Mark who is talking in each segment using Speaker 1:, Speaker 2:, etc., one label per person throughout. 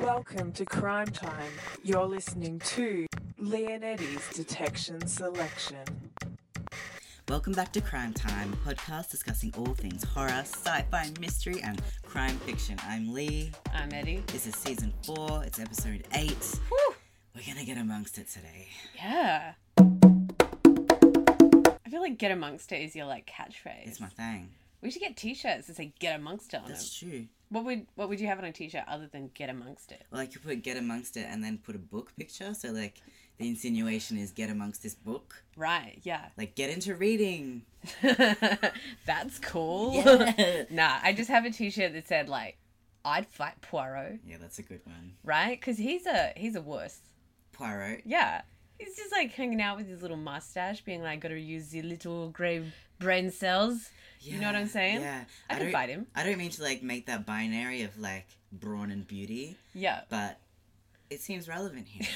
Speaker 1: Welcome to Crime Time. You're listening to Leonetti's Detection Selection.
Speaker 2: Welcome back to Crime Time, a podcast discussing all things horror, sci-fi, mystery, and crime fiction. I'm Lee.
Speaker 3: I'm Eddie.
Speaker 2: This is season four. It's episode eight.
Speaker 3: Whew.
Speaker 2: We're gonna get amongst it today.
Speaker 3: Yeah. I feel like "Get Amongst It" is your like catchphrase.
Speaker 2: It's my thing.
Speaker 3: we should get T-shirts that say "Get Amongst It" on them.
Speaker 2: That's true.
Speaker 3: What would What would you have on a T-shirt other than "Get Amongst It"?
Speaker 2: Well, I could put get amongst it and then put a book picture. So like, the insinuation is get amongst this book.
Speaker 3: Right. Yeah.
Speaker 2: Like get into reading.
Speaker 3: That's cool.
Speaker 2: Yeah.
Speaker 3: nah, I just have a T-shirt that said like, "I'd fight Poirot,"
Speaker 2: Yeah, that's a good one.
Speaker 3: right? Because he's a he's a wuss.
Speaker 2: Poirot.
Speaker 3: Yeah. He's just like hanging out with his little mustache, being like, "Gotta use the little grey brain cells." You know what I'm saying?
Speaker 2: Yeah.
Speaker 3: I could
Speaker 2: don't-
Speaker 3: fight him.
Speaker 2: I don't mean to like make that binary of like brawn and beauty,
Speaker 3: Yeah.
Speaker 2: but it seems relevant here.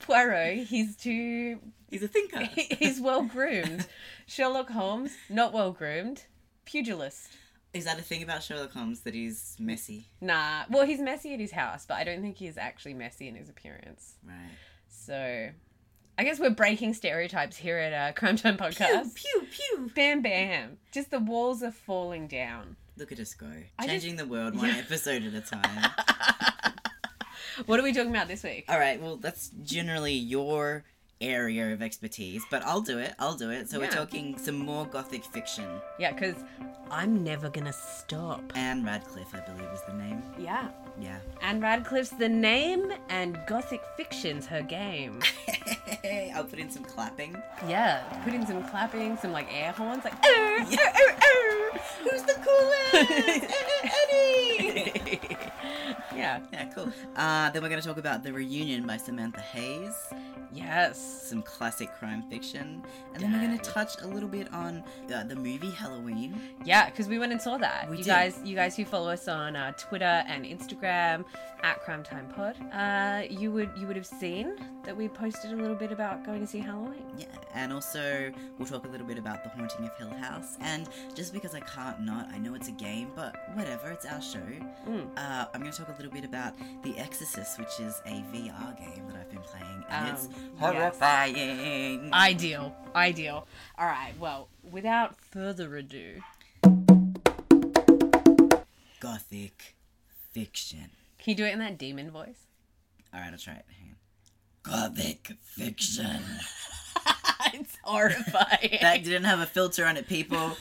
Speaker 3: Poirot, he's too
Speaker 2: He's a thinker.
Speaker 3: he's well groomed. Sherlock Holmes, not well groomed. Pugilist.
Speaker 2: Is that a thing about Sherlock Holmes that he's messy?
Speaker 3: Nah. Well, he's messy at his house, but I don't think he's actually messy in his appearance.
Speaker 2: Right.
Speaker 3: So, I guess we're breaking stereotypes here at our Crime Time podcast.
Speaker 2: Pew pew.
Speaker 3: Bam bam. Just the walls are falling down.
Speaker 2: Look at us go,
Speaker 3: I just-
Speaker 2: changing the world one
Speaker 3: Yeah.
Speaker 2: episode at a time.
Speaker 3: What are we talking about this week?
Speaker 2: All right. Well, that's generally your area of expertise, but I'll do it. I'll do it. So we're
Speaker 3: Yeah.
Speaker 2: talking some more gothic fiction.
Speaker 3: Yeah, because I'm never gonna stop.
Speaker 2: Anne Radcliffe, I believe, is the name.
Speaker 3: Yeah.
Speaker 2: Yeah.
Speaker 3: Anne Radcliffe's the name, and Gothic fiction's her game.
Speaker 2: I'll put in some clapping.
Speaker 3: Yeah, put in some clapping, some like air horns, like "Arr,
Speaker 2: Oh, Yeah.
Speaker 3: arr, arr, arr."
Speaker 2: Who's the coolest? Eddie.
Speaker 3: yeah,
Speaker 2: yeah, cool. Uh, then we're going to talk about the reunion by Samantha Hayes,
Speaker 3: yes,
Speaker 2: some classic crime fiction, and then we're going to touch a little bit on uh, the movie Halloween.
Speaker 3: yeah, because we went and saw that.
Speaker 2: We
Speaker 3: you
Speaker 2: did.
Speaker 3: guys, you guys who follow us on uh, Twitter and Instagram at Crime Time Pod, uh, you would you would have seen that we posted a little bit about going to see Halloween.
Speaker 2: Yeah, and also we'll talk a little bit about the haunting of Hill House. And just because I can't not, I know it's a game, but whatever, it's our show.
Speaker 3: Mm.
Speaker 2: Uh, I'm going to talk a little bit about The Exorcist, which is a VR game that I've been playing, and
Speaker 3: Oh,
Speaker 2: it's
Speaker 3: yes.
Speaker 2: horrifying.
Speaker 3: Ideal, ideal. All right, well, without further ado,
Speaker 2: Gothic fiction.
Speaker 3: can you do it in that demon voice?
Speaker 2: All right, I'll try it. Hang on. Gothic fiction.
Speaker 3: it's horrifying.
Speaker 2: That didn't have a filter on it, people.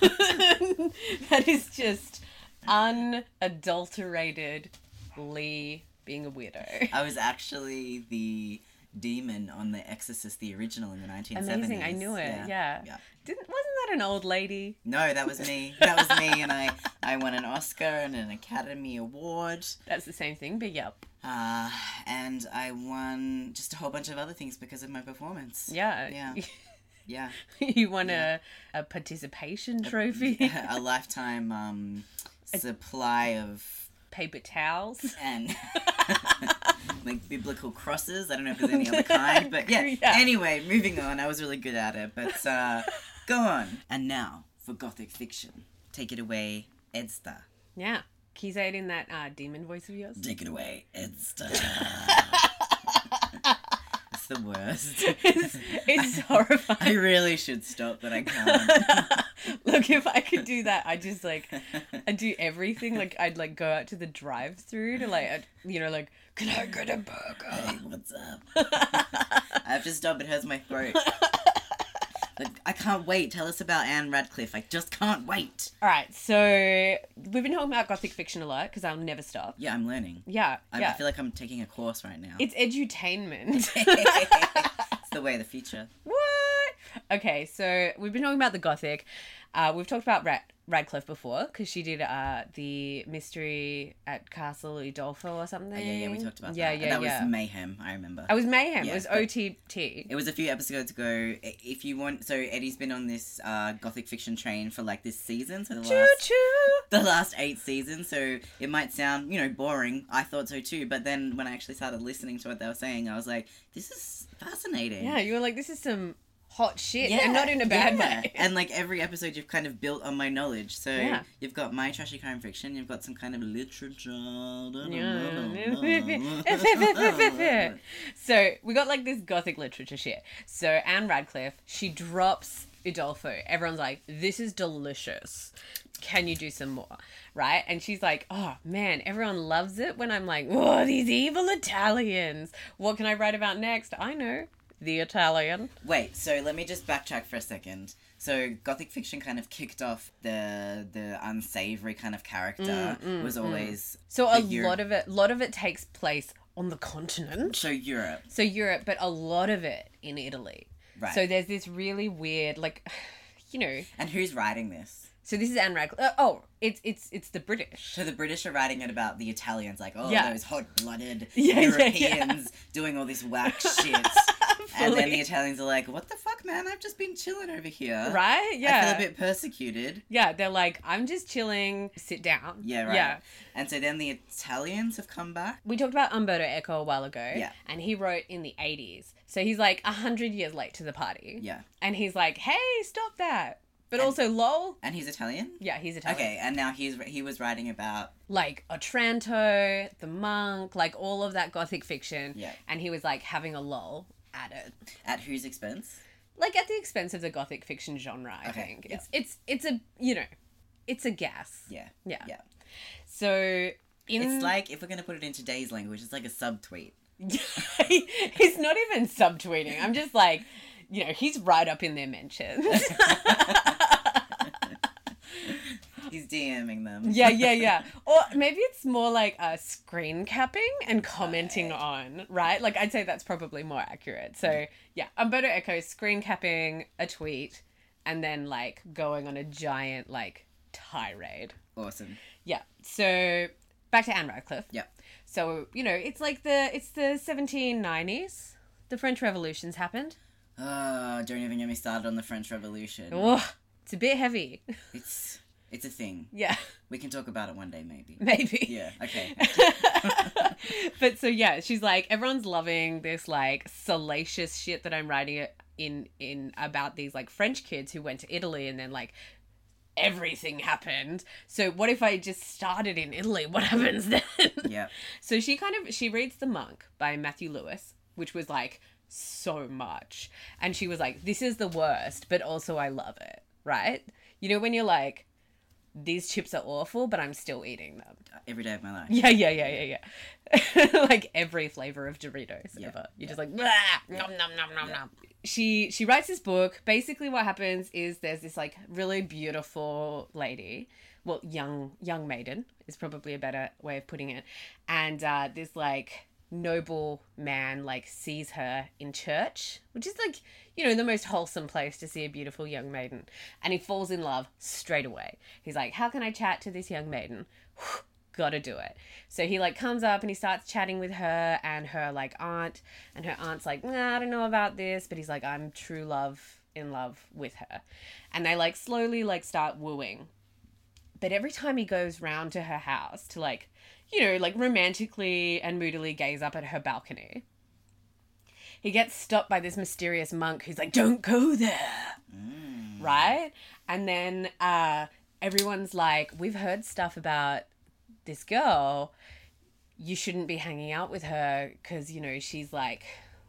Speaker 3: that is just unadulterated Lee being a weirdo.
Speaker 2: I was actually the demon on The Exorcist, the original in the 1970s.
Speaker 3: Amazing, I knew it. Yeah.
Speaker 2: yeah.
Speaker 3: Didn't wasn't that an old lady?
Speaker 2: No, that was me. That was me, and I, I won an Oscar and an Academy Award,
Speaker 3: That's the same thing, but yep.
Speaker 2: uh, and I won just a whole bunch of other things because of my performance.
Speaker 3: Yeah.
Speaker 2: Yeah. yeah.
Speaker 3: you won a, a participation trophy,
Speaker 2: a lifetime um, supply of
Speaker 3: paper towels.
Speaker 2: and like biblical crosses. I don't know if there's any other kind, but yeah.
Speaker 3: Yeah.
Speaker 2: Anyway, moving on. I was really good at it, but uh, go on. And now for gothic fiction, take it away, Edsta.
Speaker 3: Yeah. Can you say it in that uh, demon voice of yours?
Speaker 2: Take it away, Edsta. it's the worst.
Speaker 3: it's, it's horrifying.
Speaker 2: I really should stop, but I can't.
Speaker 3: Look, if I could do that, I just like I do everything. Like I'd like go out to the drive-through to like I'd- you know like can I get a burger?
Speaker 2: Hey, what's up? I have to stop. It hurts my throat. Like, I can't wait. Tell us about Anne Radcliffe. I just can't wait.
Speaker 3: All right, so we've been talking about gothic fiction a lot because I'll never stop.
Speaker 2: Yeah, I'm learning.
Speaker 3: Yeah,
Speaker 2: I, I
Speaker 3: yeah.
Speaker 2: feel like I'm taking a course right now.
Speaker 3: It's edutainment.
Speaker 2: it's the way of the future.
Speaker 3: what? Okay, so we've been talking about the gothic. Uh, we've talked about Rat- Radcliffe before because she did uh, the mystery at Castle Udolpho or something.
Speaker 2: Oh, yeah, yeah, we talked about
Speaker 3: Mm. yeah,
Speaker 2: that.
Speaker 3: Yeah,
Speaker 2: that
Speaker 3: yeah,
Speaker 2: was mayhem. I remember.
Speaker 3: It was mayhem.
Speaker 2: Yeah,
Speaker 3: it was
Speaker 2: but-
Speaker 3: OTT.
Speaker 2: It was a few episodes ago. I- If you want, so Eddie's been on this uh, gothic fiction train for like this season, so the
Speaker 3: Choo
Speaker 2: last
Speaker 3: choo.
Speaker 2: the last eight seasons. So it might sound you know boring. I thought so too, but then when I actually started listening to what they were saying, I was like, this is fascinating.
Speaker 3: Yeah, you were like, this is some hot shit, and not in a bad
Speaker 2: yeah.
Speaker 3: way.
Speaker 2: And like every episode, you've kind of built on my knowledge. So
Speaker 3: Yeah.
Speaker 2: you've got my trashy crime fiction, you've got some kind of literature. da, da, da,
Speaker 3: Yeah,
Speaker 2: da,
Speaker 3: so we got like this gothic literature shit. So Anne Radcliffe, she drops Udolpho. Everyone's like, this is delicious. Can you do some more? Right? And she's like, oh man, everyone loves it when I'm like, whoa, these evil Italians. What can I write about next? I know. The Italian.
Speaker 2: Wait, so let me just backtrack for a second. So gothic fiction kind of kicked off the the unsavory kind of character
Speaker 3: Mm,
Speaker 2: was always
Speaker 3: So a
Speaker 2: The Euro-
Speaker 3: lot of it, lot of it takes place on the continent.
Speaker 2: so Europe,
Speaker 3: So Europe, but a lot of it in Italy.
Speaker 2: right?
Speaker 3: So there's this really weird, like, you know.
Speaker 2: and who's writing this?
Speaker 3: So this is Anne Radcliffe. Uh, oh, it's it's it's the British.
Speaker 2: So the British are writing it about the Italians, like oh
Speaker 3: Yeah.
Speaker 2: those hot blooded
Speaker 3: Yeah, yeah, yeah.
Speaker 2: Europeans doing all this whack shit, and then the
Speaker 3: Fully.
Speaker 2: Italians are like, what the fuck, man? I've just been chilling over here.
Speaker 3: right?
Speaker 2: Uh, I
Speaker 3: Yeah.
Speaker 2: feel a bit persecuted.
Speaker 3: Yeah, they're like, I'm just chilling. Sit down.
Speaker 2: Yeah, right.
Speaker 3: Yeah.
Speaker 2: And so then the Italians have come back.
Speaker 3: We talked about Umberto Eco a while ago.
Speaker 2: Yeah.
Speaker 3: And he wrote in the 80s. So he's like 100 years late to the party.
Speaker 2: Yeah.
Speaker 3: And he's like, hey, stop that. But
Speaker 2: And-
Speaker 3: also, lol.
Speaker 2: And he's Italian?
Speaker 3: Yeah, he's Italian.
Speaker 2: Okay, and now he's he was writing about
Speaker 3: like Otranto, The Monk, like all of that gothic fiction.
Speaker 2: Yeah.
Speaker 3: And he was like having a lull at it.
Speaker 2: at whose expense?
Speaker 3: Like at the expense of the gothic fiction genre, I
Speaker 2: Okay,
Speaker 3: think.
Speaker 2: yeah.
Speaker 3: It's it's it's a you know, it's a gas.
Speaker 2: Yeah.
Speaker 3: Yeah.
Speaker 2: Yeah.
Speaker 3: So in
Speaker 2: It's like if we're gonna put it in today's language, it's like a subtweet.
Speaker 3: he's not even subtweeting. I'm just like, you know, he's right up in their mentions.
Speaker 2: He's DMing them.
Speaker 3: yeah, yeah, yeah. Or maybe it's more like uh, screen capping and commenting on, right? Like I'd say that's probably more accurate. So yeah, Umberto Eco screen capping a tweet and then like going on a giant like tirade.
Speaker 2: Awesome.
Speaker 3: Yeah. So back to Anne Radcliffe.
Speaker 2: Yeah.
Speaker 3: So you know, it's like the it's the 1790s. The French Revolution's happened.
Speaker 2: Oh, don't even get me started on the French Revolution.
Speaker 3: Ugh, it's a bit heavy.
Speaker 2: It's it's a thing.
Speaker 3: yeah,
Speaker 2: We can talk about it one day maybe.
Speaker 3: maybe.
Speaker 2: Yeah, okay.
Speaker 3: but so yeah, she's like everyone's loving this like salacious shit that I'm writing in in about these like French kids who went to Italy and then like everything happened. So what if I just started in Italy? What happens then?
Speaker 2: Yeah.
Speaker 3: so she kind of she reads The Monk by Matthew Lewis, which was like so much. And she was like this is the worst, but also I love it, right? You know when you're like these chips are awful, but I'm still eating them.
Speaker 2: Every day of my life.
Speaker 3: Yeah, yeah, yeah, yeah, yeah. like every flavor of Doritos
Speaker 2: Yeah,
Speaker 3: ever. You're just like, "Bah! nom nom nom nom nom. She she writes this book. Basically, what happens is there's this like really beautiful lady, well, young young maiden is probably a better way of putting it, and uh, this like noble man like sees her in church, which is like you know the most wholesome place to see a beautiful young maiden, and he falls in love straight away. He's like, how can I chat to this young maiden? gotta do it. So he like comes up and he starts chatting with her and her like aunt, and her aunt's like, nah, I don't know about this, but he's like, I'm true love in love with her, and they like slowly like start wooing. But every time he goes round to her house to like, you know, like romantically and moodily gaze up at her balcony, he gets stopped by this mysterious monk who's like, don't go there
Speaker 2: Mm.
Speaker 3: right? And then uh, everyone's like, we've heard stuff about this girl. You shouldn't be hanging out with her because you know she's like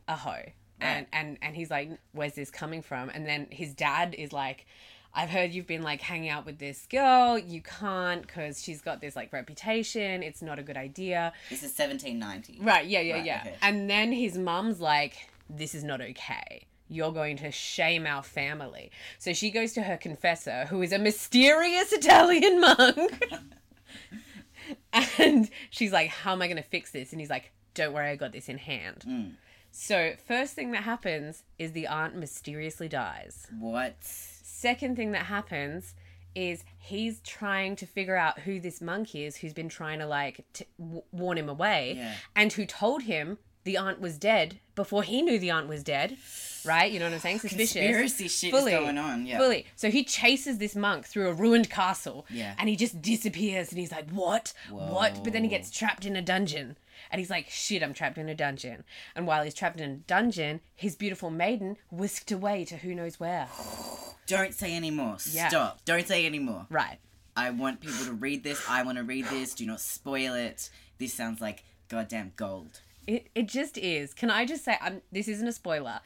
Speaker 3: a hoe. And, and and he's like, where's this coming from? And then his dad is like, I've heard you've been like hanging out with this girl. You can't because she's got this like reputation. It's not a good idea.
Speaker 2: This is seventeen ninety.
Speaker 3: Right, yeah, yeah,
Speaker 2: Right,
Speaker 3: yeah.
Speaker 2: okay.
Speaker 3: And then his mum's like, this is not okay. You're going to shame our family. So she goes to her confessor, who is a mysterious Italian monk. and she's like, how am I going to fix this? And he's like, don't worry, I got this in hand.
Speaker 2: Mm.
Speaker 3: So, first thing that happens is the aunt mysteriously dies.
Speaker 2: What?
Speaker 3: Second thing that happens is he's trying to figure out who this monk is who's been trying to like t- w- warn him away
Speaker 2: Yeah.
Speaker 3: and who told him the aunt was dead before he knew the aunt was dead, right? You know what I'm saying? Suspicious.
Speaker 2: Conspiracy shit
Speaker 3: Fully.
Speaker 2: is going on. Yeah.
Speaker 3: Fully. So he chases this monk through a ruined castle
Speaker 2: Yeah.
Speaker 3: and he just disappears and he's like, What? What? But then he
Speaker 2: Whoa.
Speaker 3: gets trapped in a dungeon and he's like, Shit, I'm trapped in a dungeon. And while he's trapped in a dungeon, his beautiful maiden whisked away to who knows where.
Speaker 2: Don't say any more.
Speaker 3: Yeah.
Speaker 2: Stop. Don't say any more.
Speaker 3: Right.
Speaker 2: I want people to read this. I want to read this. Do not spoil it. This sounds like goddamn gold.
Speaker 3: It, it just is. Can I just say, um, this isn't a spoiler,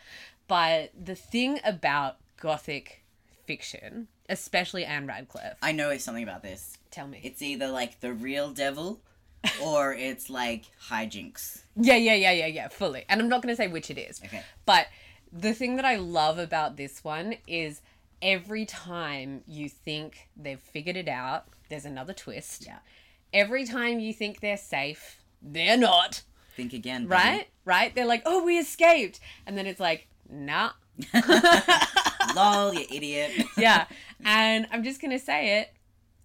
Speaker 3: but the thing about gothic fiction, especially Anne Radcliffe,
Speaker 2: I know it's something about this.
Speaker 3: tell me.
Speaker 2: It's either like the real devil or it's like hijinks.
Speaker 3: yeah, yeah, yeah, yeah, yeah, fully. And I'm not going to say which it is.
Speaker 2: Okay.
Speaker 3: But the thing that I love about this one is every time you think they've figured it out, there's another twist.
Speaker 2: Yeah.
Speaker 3: Every time you think they're safe, they're not.
Speaker 2: Think again. buddy.
Speaker 3: Right? Right? They're like, oh, we escaped. And then it's like, nah.
Speaker 2: Lol, you idiot.
Speaker 3: yeah. And I'm just going to say it.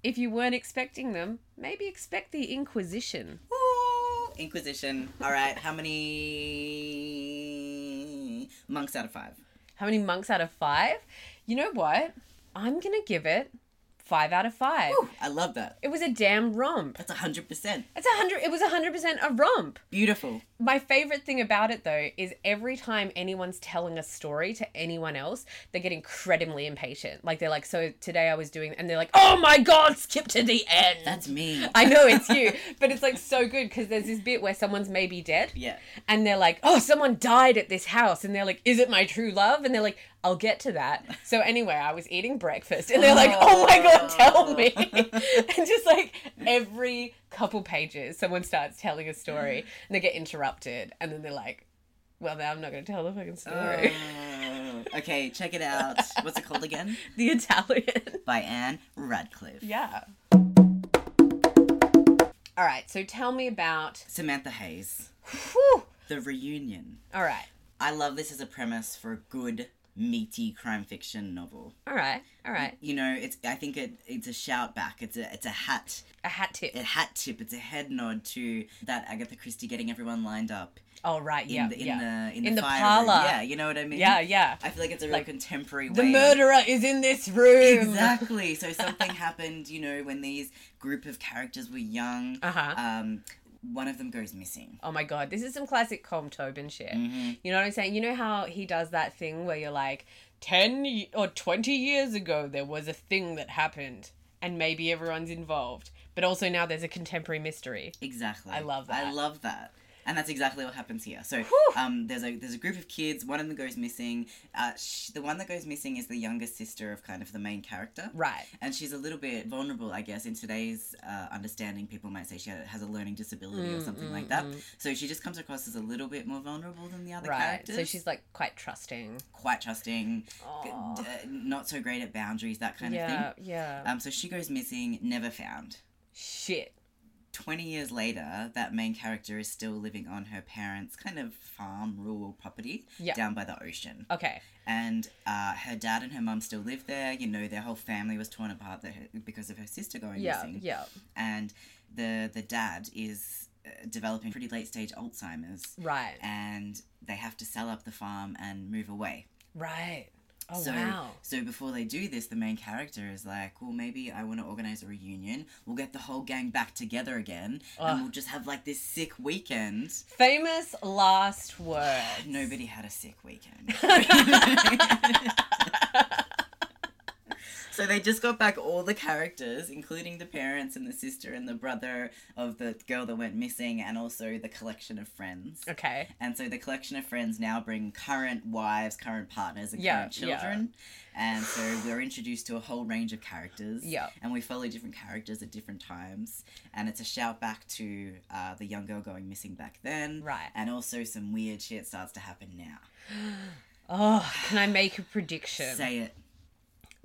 Speaker 3: If you weren't expecting them, maybe expect the Inquisition.
Speaker 2: Ooh, Inquisition. All right, how many monks out of five?
Speaker 3: How many monks out of five? You know what? I'm going to give it five out of five.
Speaker 2: Ooh, I love that.
Speaker 3: It was a damn romp.
Speaker 2: That's hundred percent
Speaker 3: It's a hundred. It was a hundred percent a romp.
Speaker 2: beautiful.
Speaker 3: My favorite thing about it though is every time anyone's telling a story to anyone else, they get incredibly impatient. Like they're like, "So today I was doing," and they're like, "Oh my god, skip to the end."
Speaker 2: That's me.
Speaker 3: I know it's you, but it's like so good because there's this bit where someone's maybe dead,
Speaker 2: yeah.
Speaker 3: and they're like, "Oh, someone died at this house," and they're like, "Is it my true love?" And they're like, "I'll get to that." So anyway, I was eating breakfast, and they're like, "Oh my god, tell me!" and just like every couple pages, someone starts telling a story, and they get interrupted, and then they're like, "Well, then I'm not going to tell the fucking story."
Speaker 2: Oh, okay, check it out. What's it called again?
Speaker 3: the Italian,
Speaker 2: By Anne Radcliffe.
Speaker 3: yeah. All right, so tell me about.
Speaker 2: Samantha Hayes.
Speaker 3: Whew.
Speaker 2: The reunion.
Speaker 3: All right,
Speaker 2: I love this as a premise for a good meaty crime fiction novel.
Speaker 3: all right, all right.
Speaker 2: You know, it's I think it it's a shout back. It's a it's a hat
Speaker 3: A hat tip.
Speaker 2: a hat tip. It's a head nod to that Agatha Christie getting everyone lined up
Speaker 3: Oh right,
Speaker 2: in
Speaker 3: yeah,
Speaker 2: the in
Speaker 3: yeah.
Speaker 2: the in,
Speaker 3: In
Speaker 2: the,
Speaker 3: the
Speaker 2: fire
Speaker 3: parlor.
Speaker 2: Room. Yeah, you know what I mean.
Speaker 3: yeah, yeah.
Speaker 2: I feel like it's a real
Speaker 3: Like,
Speaker 2: contemporary
Speaker 3: The
Speaker 2: way. of-
Speaker 3: murderer is in this room.
Speaker 2: Exactly. So something happened, you know, when these group of characters were young.
Speaker 3: Uh-huh.
Speaker 2: Um, one of them goes missing.
Speaker 3: Oh my god, this is some classic Colm Tobin shit.
Speaker 2: Mhm.
Speaker 3: You know what I'm saying? You know how he does that thing where you're like, 10 y- or 20 years ago, there was a thing that happened, and maybe everyone's involved, but also now there's a contemporary mystery.
Speaker 2: Exactly.
Speaker 3: I love
Speaker 2: I
Speaker 3: that.
Speaker 2: love that. And that's exactly what happens here. So
Speaker 3: Whew.
Speaker 2: um, there's a there's a group of kids. One of them goes missing. Uh, sh- the one that goes missing is the younger sister of kind of the main character.
Speaker 3: Right.
Speaker 2: And she's a little bit vulnerable, I guess. In today's uh, understanding, people might say she ha- has a learning disability
Speaker 3: Mm,
Speaker 2: or something like that.
Speaker 3: Mm-hmm.
Speaker 2: So she just comes across as a little bit more vulnerable than the other
Speaker 3: Right.
Speaker 2: characters.
Speaker 3: So she's like quite trusting.
Speaker 2: quite trusting, g-
Speaker 3: Aw.
Speaker 2: uh, not so great at boundaries, that kind
Speaker 3: yeah,
Speaker 2: of thing.
Speaker 3: yeah.
Speaker 2: Um, so she goes missing, never found.
Speaker 3: shit.
Speaker 2: 20 years later, that main character is still living on her parents' kind of farm, rural property
Speaker 3: Yeah.
Speaker 2: down by the ocean.
Speaker 3: Okay.
Speaker 2: And uh, her dad and her mum still live there. You know, their whole family was torn apart there because of her sister going
Speaker 3: Yeah,
Speaker 2: missing.
Speaker 3: yeah.
Speaker 2: And the, the dad is uh, developing pretty late stage Alzheimer's.
Speaker 3: Right.
Speaker 2: And they have to sell up the farm and move away.
Speaker 3: Right. Oh,
Speaker 2: so,
Speaker 3: wow.
Speaker 2: so before they do this, the main character is like, "Well, maybe I want to organize a reunion. We'll get the whole gang back together again,
Speaker 3: Ugh.
Speaker 2: and we'll just have like this sick weekend."
Speaker 3: Famous last word.
Speaker 2: Nobody had a sick weekend. so they just got back all the characters, including the parents and the sister and the brother of the girl that went missing, and also the collection of friends.
Speaker 3: Okay.
Speaker 2: And so the collection of friends now bring current wives, current partners, and
Speaker 3: Yeah,
Speaker 2: current children. And so we're introduced to a whole range of characters.
Speaker 3: Yeah.
Speaker 2: And we follow different characters at different times. And it's a shout back to uh, the young girl going missing back then.
Speaker 3: Right.
Speaker 2: And also some weird shit starts to happen now.
Speaker 3: Oh, can I make a prediction?
Speaker 2: Say it.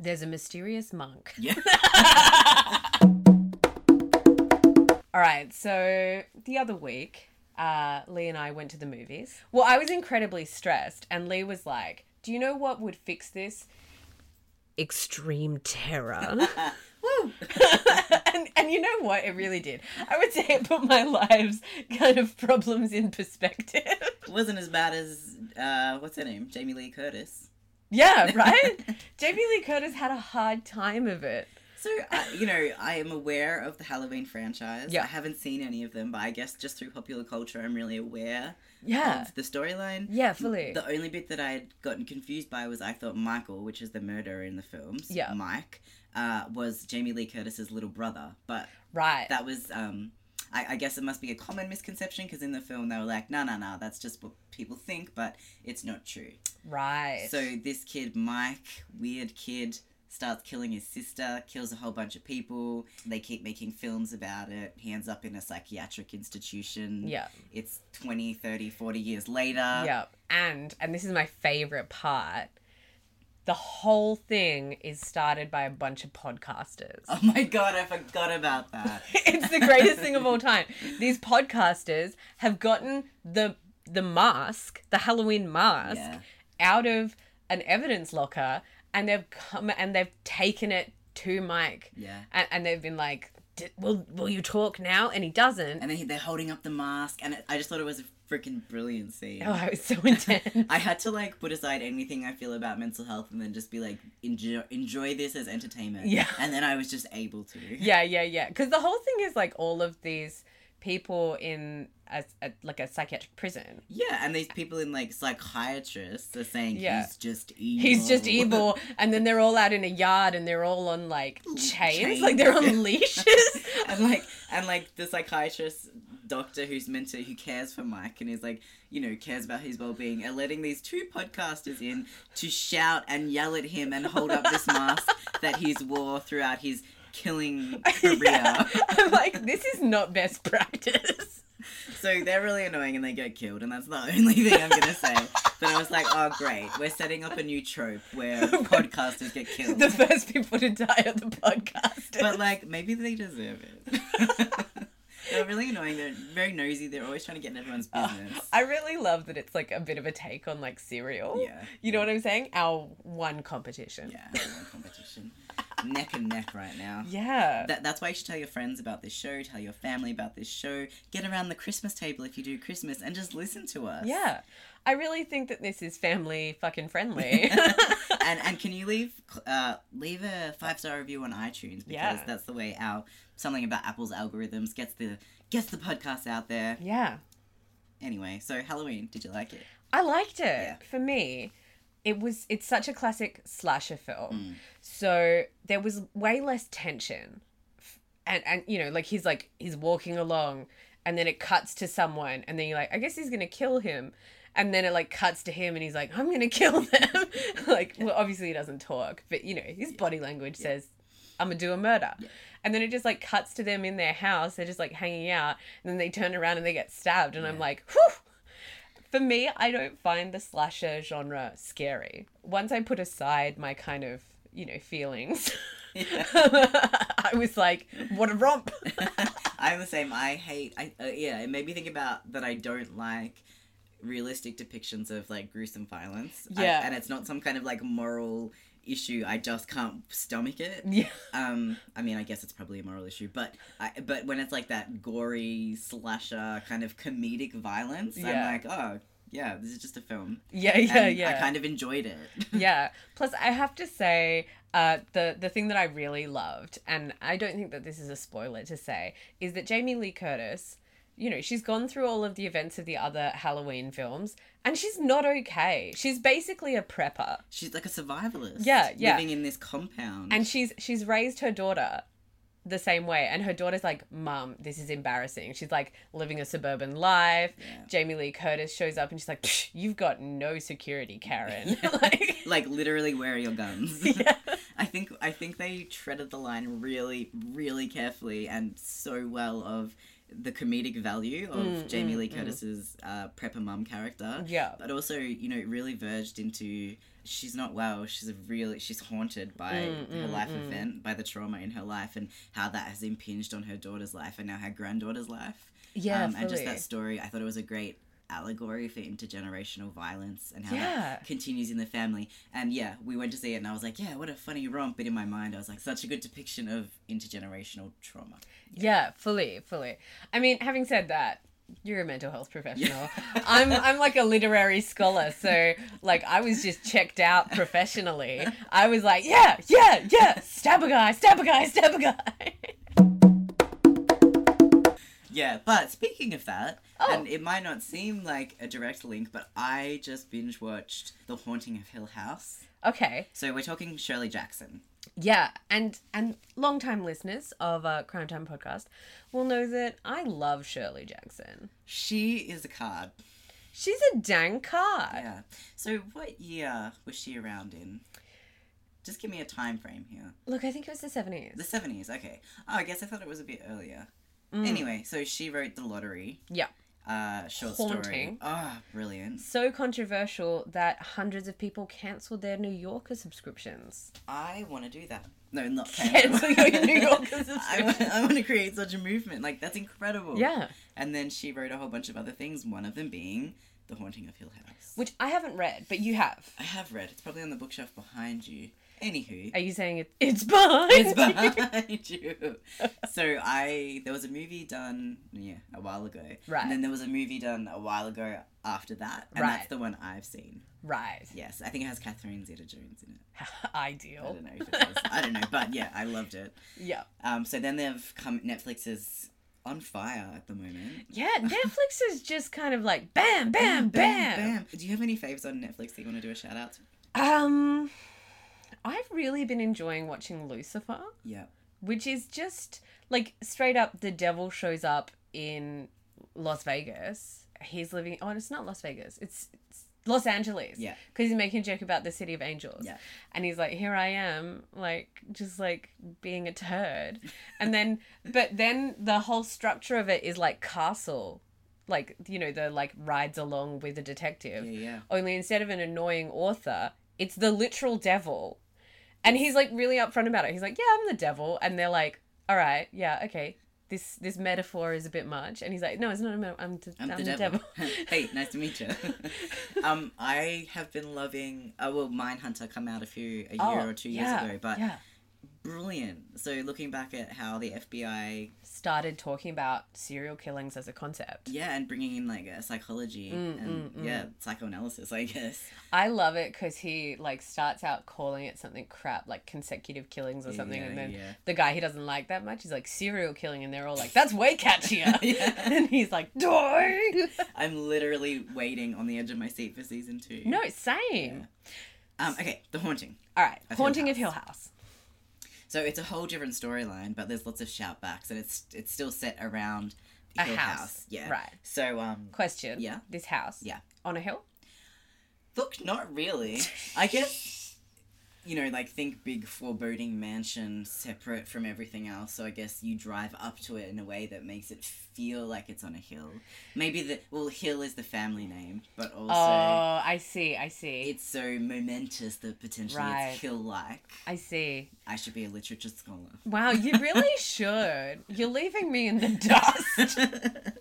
Speaker 3: There's a mysterious monk.
Speaker 2: Yeah.
Speaker 3: All right, so the other week, uh, Lee and I went to the movies. Well, I was incredibly stressed, and Lee was like, Do you know what would fix this? Extreme terror.
Speaker 2: Woo!
Speaker 3: and, and you know what? It really did. I would say it put my life's kind of problems in perspective.
Speaker 2: Wasn't as bad as, uh, what's her name? Jamie Lee Curtis.
Speaker 3: yeah, right? Jamie Lee Curtis had a hard time of it.
Speaker 2: So, uh, you know, I am aware of the Halloween franchise.
Speaker 3: Yeah.
Speaker 2: I haven't seen any of them, but I guess just through popular culture, I'm really aware
Speaker 3: Yeah.
Speaker 2: of the storyline.
Speaker 3: Yeah, fully.
Speaker 2: The only bit that I had gotten confused by was I thought Michael, which is the murderer in the films,
Speaker 3: Yeah.
Speaker 2: Mike, uh, was Jamie Lee Curtis's little brother, but
Speaker 3: right.
Speaker 2: that was um, I, I guess it must be a common misconception because in the film they were like, no, no, no, that's just what people think, but it's not true.
Speaker 3: Right.
Speaker 2: So this kid, Mike, weird kid, starts killing his sister, kills a whole bunch of people. They keep making films about it. He ends up in a psychiatric institution.
Speaker 3: yeah.
Speaker 2: It's 20, 30, 40 years later.
Speaker 3: yeah. And and this is my favorite part. The whole thing is started by a bunch of podcasters.
Speaker 2: Oh my god, I forgot about that.
Speaker 3: it's the greatest thing of all time. These podcasters have gotten the the mask, the Halloween mask,
Speaker 2: Yeah.
Speaker 3: out of an evidence locker, and they've come and they've taken it to Mike,
Speaker 2: Yeah.
Speaker 3: and, and they've been like, "D- "Will will you talk now?" And he doesn't.
Speaker 2: And then he- they're holding up the mask, and it, I just thought it was a freaking brilliant scene.
Speaker 3: oh, it was so intense.
Speaker 2: I had to like put aside anything I feel about mental health and then just be like, enjoy, enjoy this as entertainment.
Speaker 3: Yeah.
Speaker 2: And then I was just able to.
Speaker 3: yeah, yeah, yeah. Because the whole thing is like all of these people in a, a like a psychiatric prison.
Speaker 2: Yeah, and these people in like psychiatrists are saying
Speaker 3: Yeah.
Speaker 2: he's just evil.
Speaker 3: He's just evil, and then they're all out in a yard, and they're all on like chains,
Speaker 2: Chains.
Speaker 3: like they're on leashes.
Speaker 2: and like and like the psychiatrist doctor who's meant to who cares for Mike and is like, you know, cares about his well being are letting these two podcasters in to shout and yell at him and hold up this mask that he's wore throughout his killing career.
Speaker 3: Yeah. I'm like, this is not best practice.
Speaker 2: So they're really annoying and they get killed, and that's the only thing I'm gonna say. But I was like, oh great, we're setting up a new trope where podcasters get killed.
Speaker 3: the first people to die at the podcast.
Speaker 2: But like, maybe they deserve it. they're really annoying. They're very nosy. They're always trying to get in everyone's business.
Speaker 3: Uh, I really love that it's like a bit of a take on like cereal.
Speaker 2: Yeah.
Speaker 3: You know what I'm saying? Our one competition.
Speaker 2: Yeah, no competition. neck and neck right now.
Speaker 3: Yeah.
Speaker 2: That, that's why you should tell your friends about this show, tell your family about this show, get around the Christmas table if you do Christmas, and just listen to us.
Speaker 3: Yeah. I really think that this is family fucking friendly.
Speaker 2: and and can you leave uh, leave a five star review on iTunes because
Speaker 3: Yeah.
Speaker 2: that's the way our something about Apple's algorithms gets the gets the podcast out there.
Speaker 3: yeah.
Speaker 2: Anyway, so Halloween, did you like it?
Speaker 3: I liked it.
Speaker 2: Yeah.
Speaker 3: For me, it was it's such a classic slasher film. So there was way less tension. F- And and you know, like he's like he's walking along and then it cuts to someone and then you're like, I guess he's gonna kill him. And then it like cuts to him and he's like, I'm gonna kill them. like, well obviously he doesn't talk, but you know, his body language says I'm gonna do a murder. And then it just like cuts to them in their house. They're just like hanging out. And then they turn around and they get stabbed. And I'm like, whew, for me, I don't find the slasher genre scary. Once I put aside my kind of, you know, feelings, I was like, what a romp.
Speaker 2: I'm the same. I hate. I uh, yeah. It made me think about that. I don't like realistic depictions of like gruesome violence. I-
Speaker 3: Yeah.
Speaker 2: and it's not some kind of like moral issue. I just can't stomach it.
Speaker 3: yeah.
Speaker 2: Um, I mean, I guess it's probably a moral issue, but I, but when it's like that gory slasher kind of comedic violence,
Speaker 3: Yeah.
Speaker 2: I'm like, oh yeah, this is just a film.
Speaker 3: Yeah, yeah,
Speaker 2: And
Speaker 3: yeah.
Speaker 2: I kind of enjoyed it.
Speaker 3: yeah. Plus, I have to say, uh, the the thing that I really loved, and I don't think that this is a spoiler to say, is that Jamie Lee Curtis, you know, she's gone through all of the events of the other Halloween films, and she's not okay. She's basically a prepper,
Speaker 2: She's like a survivalist.
Speaker 3: Yeah, yeah.
Speaker 2: Living in this compound.
Speaker 3: and she's she's raised her daughter the same way, and her daughter's like, "Mum, this is embarrassing." She's like living a suburban life. Jamie Lee Curtis shows up, and she's like, "Psh, "You've got no security, Karen." like,
Speaker 2: like literally, where are your guns?
Speaker 3: yeah.
Speaker 2: I think I think they treaded the line really, really carefully and so well of the comedic value of Jamie Lee Curtis's uh, prepper mum character.
Speaker 3: Yeah.
Speaker 2: But also, you know, it really verged into she's not well. She's a really she's haunted by her life event, by the trauma in her life, and how that has impinged on her daughter's life and now her granddaughter's life.
Speaker 3: Yeah,
Speaker 2: um, and just
Speaker 3: Uh, fully.
Speaker 2: that story. I thought it was a great allegory for intergenerational violence and how
Speaker 3: Yeah.
Speaker 2: that continues in the family. And yeah, we went to see it, and I was like, yeah, what a funny romp. But in my mind, I was like, such a good depiction of intergenerational trauma.
Speaker 3: Yeah, fully, fully. I mean, having said that, you're a mental health professional. I'm I'm like a literary scholar, so like I was just checked out professionally. I was like, yeah, yeah, yeah, stab a guy, stab a guy, stab a guy.
Speaker 2: Yeah, but speaking of that,
Speaker 3: Oh.
Speaker 2: and it might not seem like a direct link, but I just binge watched The Haunting of Hill House.
Speaker 3: Okay.
Speaker 2: So we're talking Shirley Jackson.
Speaker 3: Yeah, and and longtime listeners of uh, Crime Time podcast will know that I love Shirley Jackson.
Speaker 2: She is a card.
Speaker 3: She's a dang card.
Speaker 2: Yeah. So what year was she around in? Just give me a time frame here.
Speaker 3: Look, I think it was the seventies.
Speaker 2: The seventies. Okay. Oh, I guess I thought it was a bit earlier.
Speaker 3: Mm.
Speaker 2: Anyway, so she wrote the lottery.
Speaker 3: Yeah.
Speaker 2: Uh, short story.
Speaker 3: Haunting.
Speaker 2: Oh, brilliant.
Speaker 3: So controversial that hundreds of people cancelled their New Yorker subscriptions.
Speaker 2: I want to do that. No, not
Speaker 3: Cancel your New Yorker
Speaker 2: I want, I want to create such a movement. Like that's incredible.
Speaker 3: Yeah.
Speaker 2: And then she wrote a whole bunch of other things. One of them being the haunting of Hill House.
Speaker 3: Which I haven't read, but you have.
Speaker 2: I have read. It's probably on the bookshelf behind you. Anywho,
Speaker 3: Are you saying it, it's behind?
Speaker 2: it's
Speaker 3: you?
Speaker 2: behind you. So I there was a movie done yeah a while ago.
Speaker 3: Right.
Speaker 2: And then there was a movie done a while ago after that, and that's
Speaker 3: Right.
Speaker 2: the one I've seen.
Speaker 3: Right.
Speaker 2: Yes, I think it has Catherine Zeta-Jones in it. I
Speaker 3: Ideal.
Speaker 2: don't know. If it
Speaker 3: Oh.
Speaker 2: does. I don't know, but yeah, I loved it.
Speaker 3: Yeah.
Speaker 2: Um, so then they've come. Netflix is on fire at the moment.
Speaker 3: Yeah, Netflix is just kind of like bam, bam, bam.
Speaker 2: Do you have any faves on Netflix that you want to do a shout out to?
Speaker 3: Um I've really been enjoying watching Lucifer,
Speaker 2: Yeah.
Speaker 3: which is just like straight up the devil shows up in Las Vegas. He's living oh, and it's not Las Vegas. It's, it's Los Angeles.
Speaker 2: Yeah.
Speaker 3: Because he's making a joke about the city of angels.
Speaker 2: Yeah.
Speaker 3: And he's like, here I am, like, just like being a turd. And then, but then the whole structure of it is like castle, like, you know, the like rides along with a detective.
Speaker 2: Yeah, yeah.
Speaker 3: Only instead of an annoying author, it's the literal devil. And he's like really upfront about it. He's like, yeah, I'm the devil. And they're like, all right, yeah, okay. This, this metaphor is a bit much, and he's like, "No, it's not a metaphor. I'm, d-
Speaker 2: I'm, the, devil. hey, nice to meet you. um, I have been loving. Oh well, Mindhunter come out a few a year or two years
Speaker 3: Oh, yeah,
Speaker 2: ago, but
Speaker 3: yeah.
Speaker 2: brilliant. So looking back at how the FBI,
Speaker 3: started talking about serial killings as a concept.
Speaker 2: yeah, and bringing in like a
Speaker 3: Mm,
Speaker 2: psychology and yeah, psychoanalysis, I guess.
Speaker 3: I love it because he like starts out calling it something crap, like consecutive killings or something,
Speaker 2: Yeah,
Speaker 3: and then
Speaker 2: yeah.
Speaker 3: the guy he doesn't like that much is like serial killing, and they're all like, "That's way catchier,"
Speaker 2: Yeah.
Speaker 3: and he's like, "Die."
Speaker 2: I'm literally waiting on the edge of my seat for season two.
Speaker 3: no, same.
Speaker 2: Um, okay, The Haunting.
Speaker 3: All right,
Speaker 2: Hill
Speaker 3: haunting of
Speaker 2: House.
Speaker 3: Hill House.
Speaker 2: So it's a whole different storyline, but there's lots of shoutbacks, and it's it's still set around
Speaker 3: A
Speaker 2: Hill
Speaker 3: house.
Speaker 2: Yeah.
Speaker 3: Right.
Speaker 2: So um,
Speaker 3: Question.
Speaker 2: Yeah.
Speaker 3: This house.
Speaker 2: Yeah.
Speaker 3: On a hill.
Speaker 2: look, not really. I guess you know, like think big foreboding mansion separate from everything else. So I guess you drive up to it in a way that makes it feel like it's on a hill. Maybe the well, hill is the family name, but also.
Speaker 3: oh, I see. I see.
Speaker 2: It's so momentous that potentially
Speaker 3: Right.
Speaker 2: it's hill like.
Speaker 3: I see.
Speaker 2: I should be a literature scholar.
Speaker 3: Wow, you really should. You're leaving me in the dust.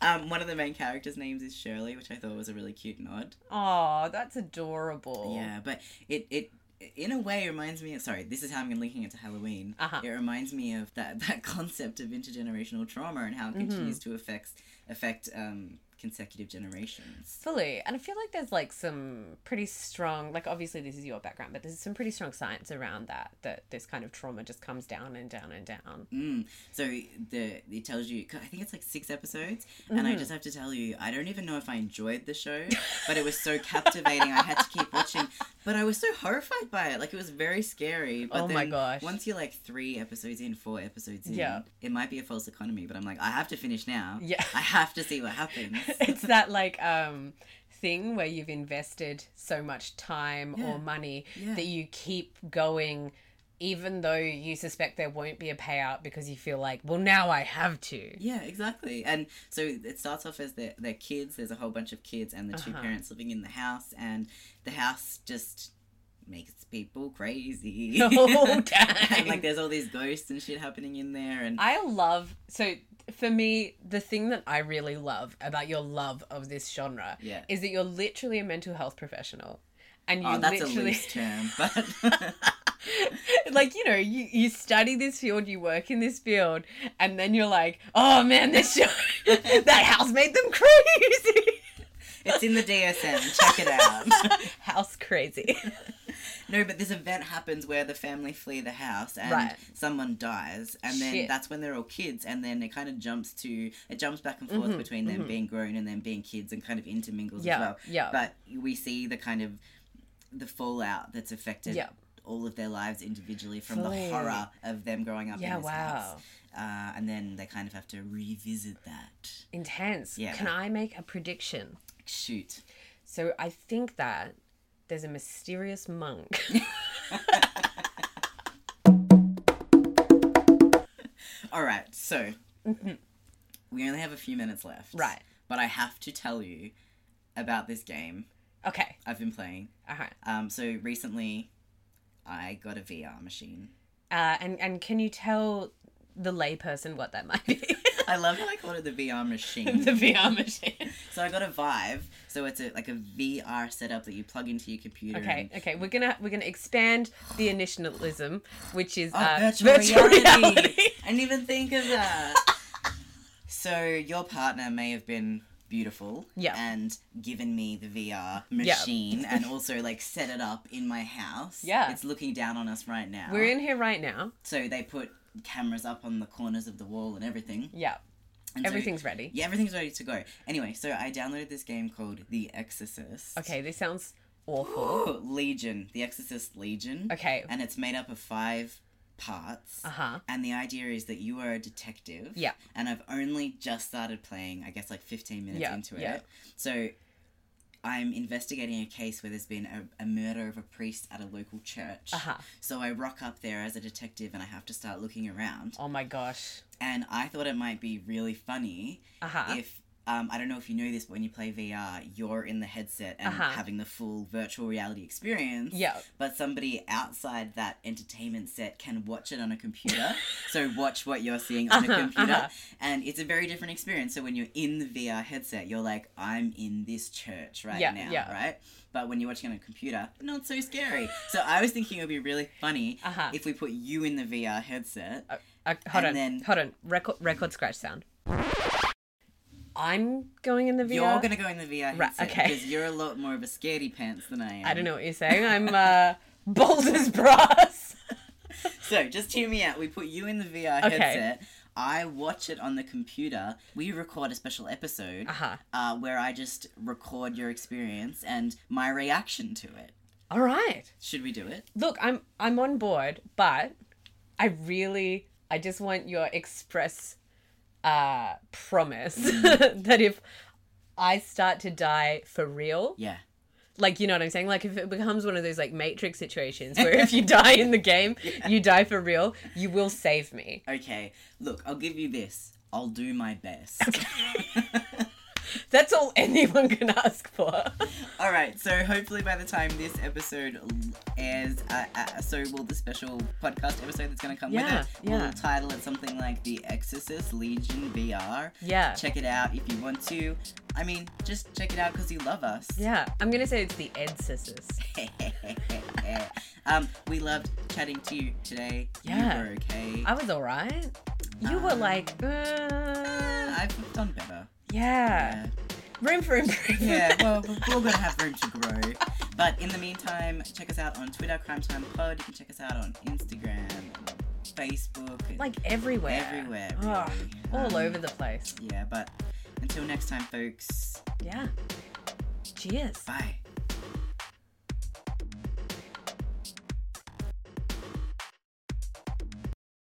Speaker 2: um, one of the main characters' names is Shirley, which I thought was a really cute nod.
Speaker 3: Oh, that's adorable.
Speaker 2: Yeah, but it it in a way reminds me. Sorry, this is how I'm linking it to Halloween.
Speaker 3: Uh-huh.
Speaker 2: It reminds me of that that concept of intergenerational trauma and how it continues to affects affect um, consecutive generations.
Speaker 3: Fully. And I feel like there's like some pretty strong, like obviously this is your background, but there's some pretty strong science around that, that this kind of trauma just comes down and down and down.
Speaker 2: Mm. So the it tells you. I think it's like six episodes, and
Speaker 3: Mm-hmm.
Speaker 2: I just have to tell you, I don't even know if I enjoyed the show, but it was so captivating. I had to keep watching, but I was so horrified by it. Like it was very scary. But
Speaker 3: Oh
Speaker 2: then
Speaker 3: my gosh.
Speaker 2: Once you're like three episodes in, four episodes in,
Speaker 3: Yeah.
Speaker 2: it might be a false economy. But I'm like, I have to finish now.
Speaker 3: Yeah.
Speaker 2: I have to see what happens.
Speaker 3: it's that like um thing where you've invested so much time
Speaker 2: Yeah.
Speaker 3: or money
Speaker 2: Yeah.
Speaker 3: that you keep going even though you suspect there won't be a payout because you feel like, well now I have to.
Speaker 2: Yeah, exactly. And so it starts off as their, their kids. There's a whole bunch of kids and the 2
Speaker 3: Uh-huh.
Speaker 2: parents living in the house, and the house just makes people crazy.
Speaker 3: Oh,
Speaker 2: and,
Speaker 3: dang.
Speaker 2: like there's all these ghosts and shit happening in there, and
Speaker 3: I love so for me the thing that I really love about your love of this genre
Speaker 2: Yeah.
Speaker 3: is that you're literally a mental health professional and you
Speaker 2: oh, that's a
Speaker 3: literally
Speaker 2: loose term, but
Speaker 3: like you know you, you study this field you work in this field and then you're like oh man this show that house made them crazy
Speaker 2: it's in the DSM. Check it out.
Speaker 3: house crazy
Speaker 2: No, but this event happens where the family flee the house and
Speaker 3: Right.
Speaker 2: someone dies, and then
Speaker 3: Shit.
Speaker 2: that's when they're all kids, and then it kind of jumps to it jumps back and forth between them being grown and them being kids, and kind of intermingles
Speaker 3: Mm-hmm, Yeah,
Speaker 2: as well.
Speaker 3: yeah.
Speaker 2: But we see the kind of the fallout that's affected
Speaker 3: Yeah.
Speaker 2: all of their lives individually from
Speaker 3: Fully.
Speaker 2: the horror of them growing up
Speaker 3: Yeah,
Speaker 2: in this
Speaker 3: wow.
Speaker 2: house. Uh, and then they kind of have to revisit that.
Speaker 3: Intense.
Speaker 2: Yeah.
Speaker 3: Can I make a prediction?
Speaker 2: Shoot.
Speaker 3: So I think that there's a mysterious monk.
Speaker 2: All right, so we only have a few minutes left.
Speaker 3: Mm-hmm. Right.
Speaker 2: But I have to tell you about this game
Speaker 3: okay.
Speaker 2: I've been playing.
Speaker 3: All right.
Speaker 2: Um, so recently, I got a VR machine.
Speaker 3: Uh, and and can you tell the layperson what that might be?
Speaker 2: I love how I called it the VR machine.
Speaker 3: the VR machine.
Speaker 2: so I got a Vive. So it's a, like a VR setup that you plug into your computer.
Speaker 3: Okay,
Speaker 2: And,
Speaker 3: okay, we're gonna we're gonna expand the initialism, which is
Speaker 2: oh,
Speaker 3: uh,
Speaker 2: virtual, reality.
Speaker 3: reality.
Speaker 2: I didn't even think of that. so your partner may have been beautiful
Speaker 3: Yeah.
Speaker 2: and given me the VR
Speaker 3: Yeah.
Speaker 2: machine and also like set it up in my house.
Speaker 3: Yeah.
Speaker 2: It's looking down on us right now.
Speaker 3: We're in here right now.
Speaker 2: So they put cameras up on the corners of the wall and everything.
Speaker 3: Yeah,
Speaker 2: And so-
Speaker 3: everything's ready.
Speaker 2: yeah, everything's ready to go. Anyway, so I downloaded this game called The Exorcist.
Speaker 3: Okay, this sounds awful.
Speaker 2: Ooh, Legion. The Exorcist Legion.
Speaker 3: Okay.
Speaker 2: And it's made up of five parts.
Speaker 3: Uh huh.
Speaker 2: And the idea is that you are a detective.
Speaker 3: Yeah.
Speaker 2: And I've only just started playing, I guess, like 15 minutes
Speaker 3: Yeah,
Speaker 2: into it.
Speaker 3: yeah.
Speaker 2: So I'm investigating a case where there's been a, a murder of a priest at a local church.
Speaker 3: Uh huh.
Speaker 2: So I rock up there as a detective and I have to start looking around.
Speaker 3: Oh my gosh.
Speaker 2: And I thought it might be really funny
Speaker 3: Uh huh.
Speaker 2: if um, I don't know if you know this, but when you play VR, you're in the headset and
Speaker 3: Uh-huh.
Speaker 2: having the full virtual reality experience.
Speaker 3: Yeah.
Speaker 2: But somebody outside that entertainment set can watch it on a computer. so watch what you're seeing on
Speaker 3: Uh-huh,
Speaker 2: a computer.
Speaker 3: uh-huh.
Speaker 2: And it's a very different experience. So when you're in the VR headset, you're like, I'm in this church right
Speaker 3: Yeah,
Speaker 2: now,
Speaker 3: yeah.
Speaker 2: right? But when you're watching on a computer, not so scary. so I was thinking it would be really funny
Speaker 3: Uh huh.
Speaker 2: if we put you in the VR headset.
Speaker 3: Uh, hold
Speaker 2: and
Speaker 3: on.
Speaker 2: then-
Speaker 3: Hold on. Record record scratch sound. I'm going in the VR.
Speaker 2: You're gonna go in the VR
Speaker 3: Right,
Speaker 2: headset
Speaker 3: okay.
Speaker 2: because you're a lot more of a scaredy pants than I am.
Speaker 3: I don't know what you're saying. I'm uh, bold as brass.
Speaker 2: So just hear me out. We put you in the VR
Speaker 3: Okay.
Speaker 2: headset. I watch it on the computer. We record a special episode
Speaker 3: Uh huh.
Speaker 2: uh, where I just record your experience and my reaction to it.
Speaker 3: All right.
Speaker 2: Should we do it?
Speaker 3: Look, I'm I'm on board, but I really I just want your express uh, promise
Speaker 2: Mm.
Speaker 3: that if I start to die for real,
Speaker 2: Yeah.
Speaker 3: like you know what I'm saying, like if it becomes one of those like Matrix situations where if you die in the game, you die for real, you will save me.
Speaker 2: Okay. Look, I'll give you this. I'll do my best.
Speaker 3: That's all anyone can ask for.
Speaker 2: All right. So hopefully by the time this episode airs, uh, uh, so will the special podcast episode that's going to come
Speaker 3: Yeah,
Speaker 2: with it.
Speaker 3: yeah.
Speaker 2: We'll title it something like The Exorcist Legion VR.
Speaker 3: Yeah.
Speaker 2: Check it out if you want to. I mean, just check it out because you love us.
Speaker 3: Yeah, I'm gonna say it's the Ed sisters.
Speaker 2: um, we loved chatting to you today.
Speaker 3: Yeah.
Speaker 2: You were okay.
Speaker 3: I was alright. You were
Speaker 2: Um,
Speaker 3: like, uh,
Speaker 2: I've done better.
Speaker 3: yeah.
Speaker 2: Yeah.
Speaker 3: room for improvement.
Speaker 2: yeah, well, we're all gonna have room to grow. But in the meantime, check us out on Twitter, Crime Time Pod. You can check us out on Instagram, and Facebook, and
Speaker 3: like everywhere.
Speaker 2: everywhere.
Speaker 3: Oh,
Speaker 2: really.
Speaker 3: all
Speaker 2: Um,
Speaker 3: over the place.
Speaker 2: Yeah, but until next time, folks.
Speaker 3: Yeah. Cheers.
Speaker 2: Bye.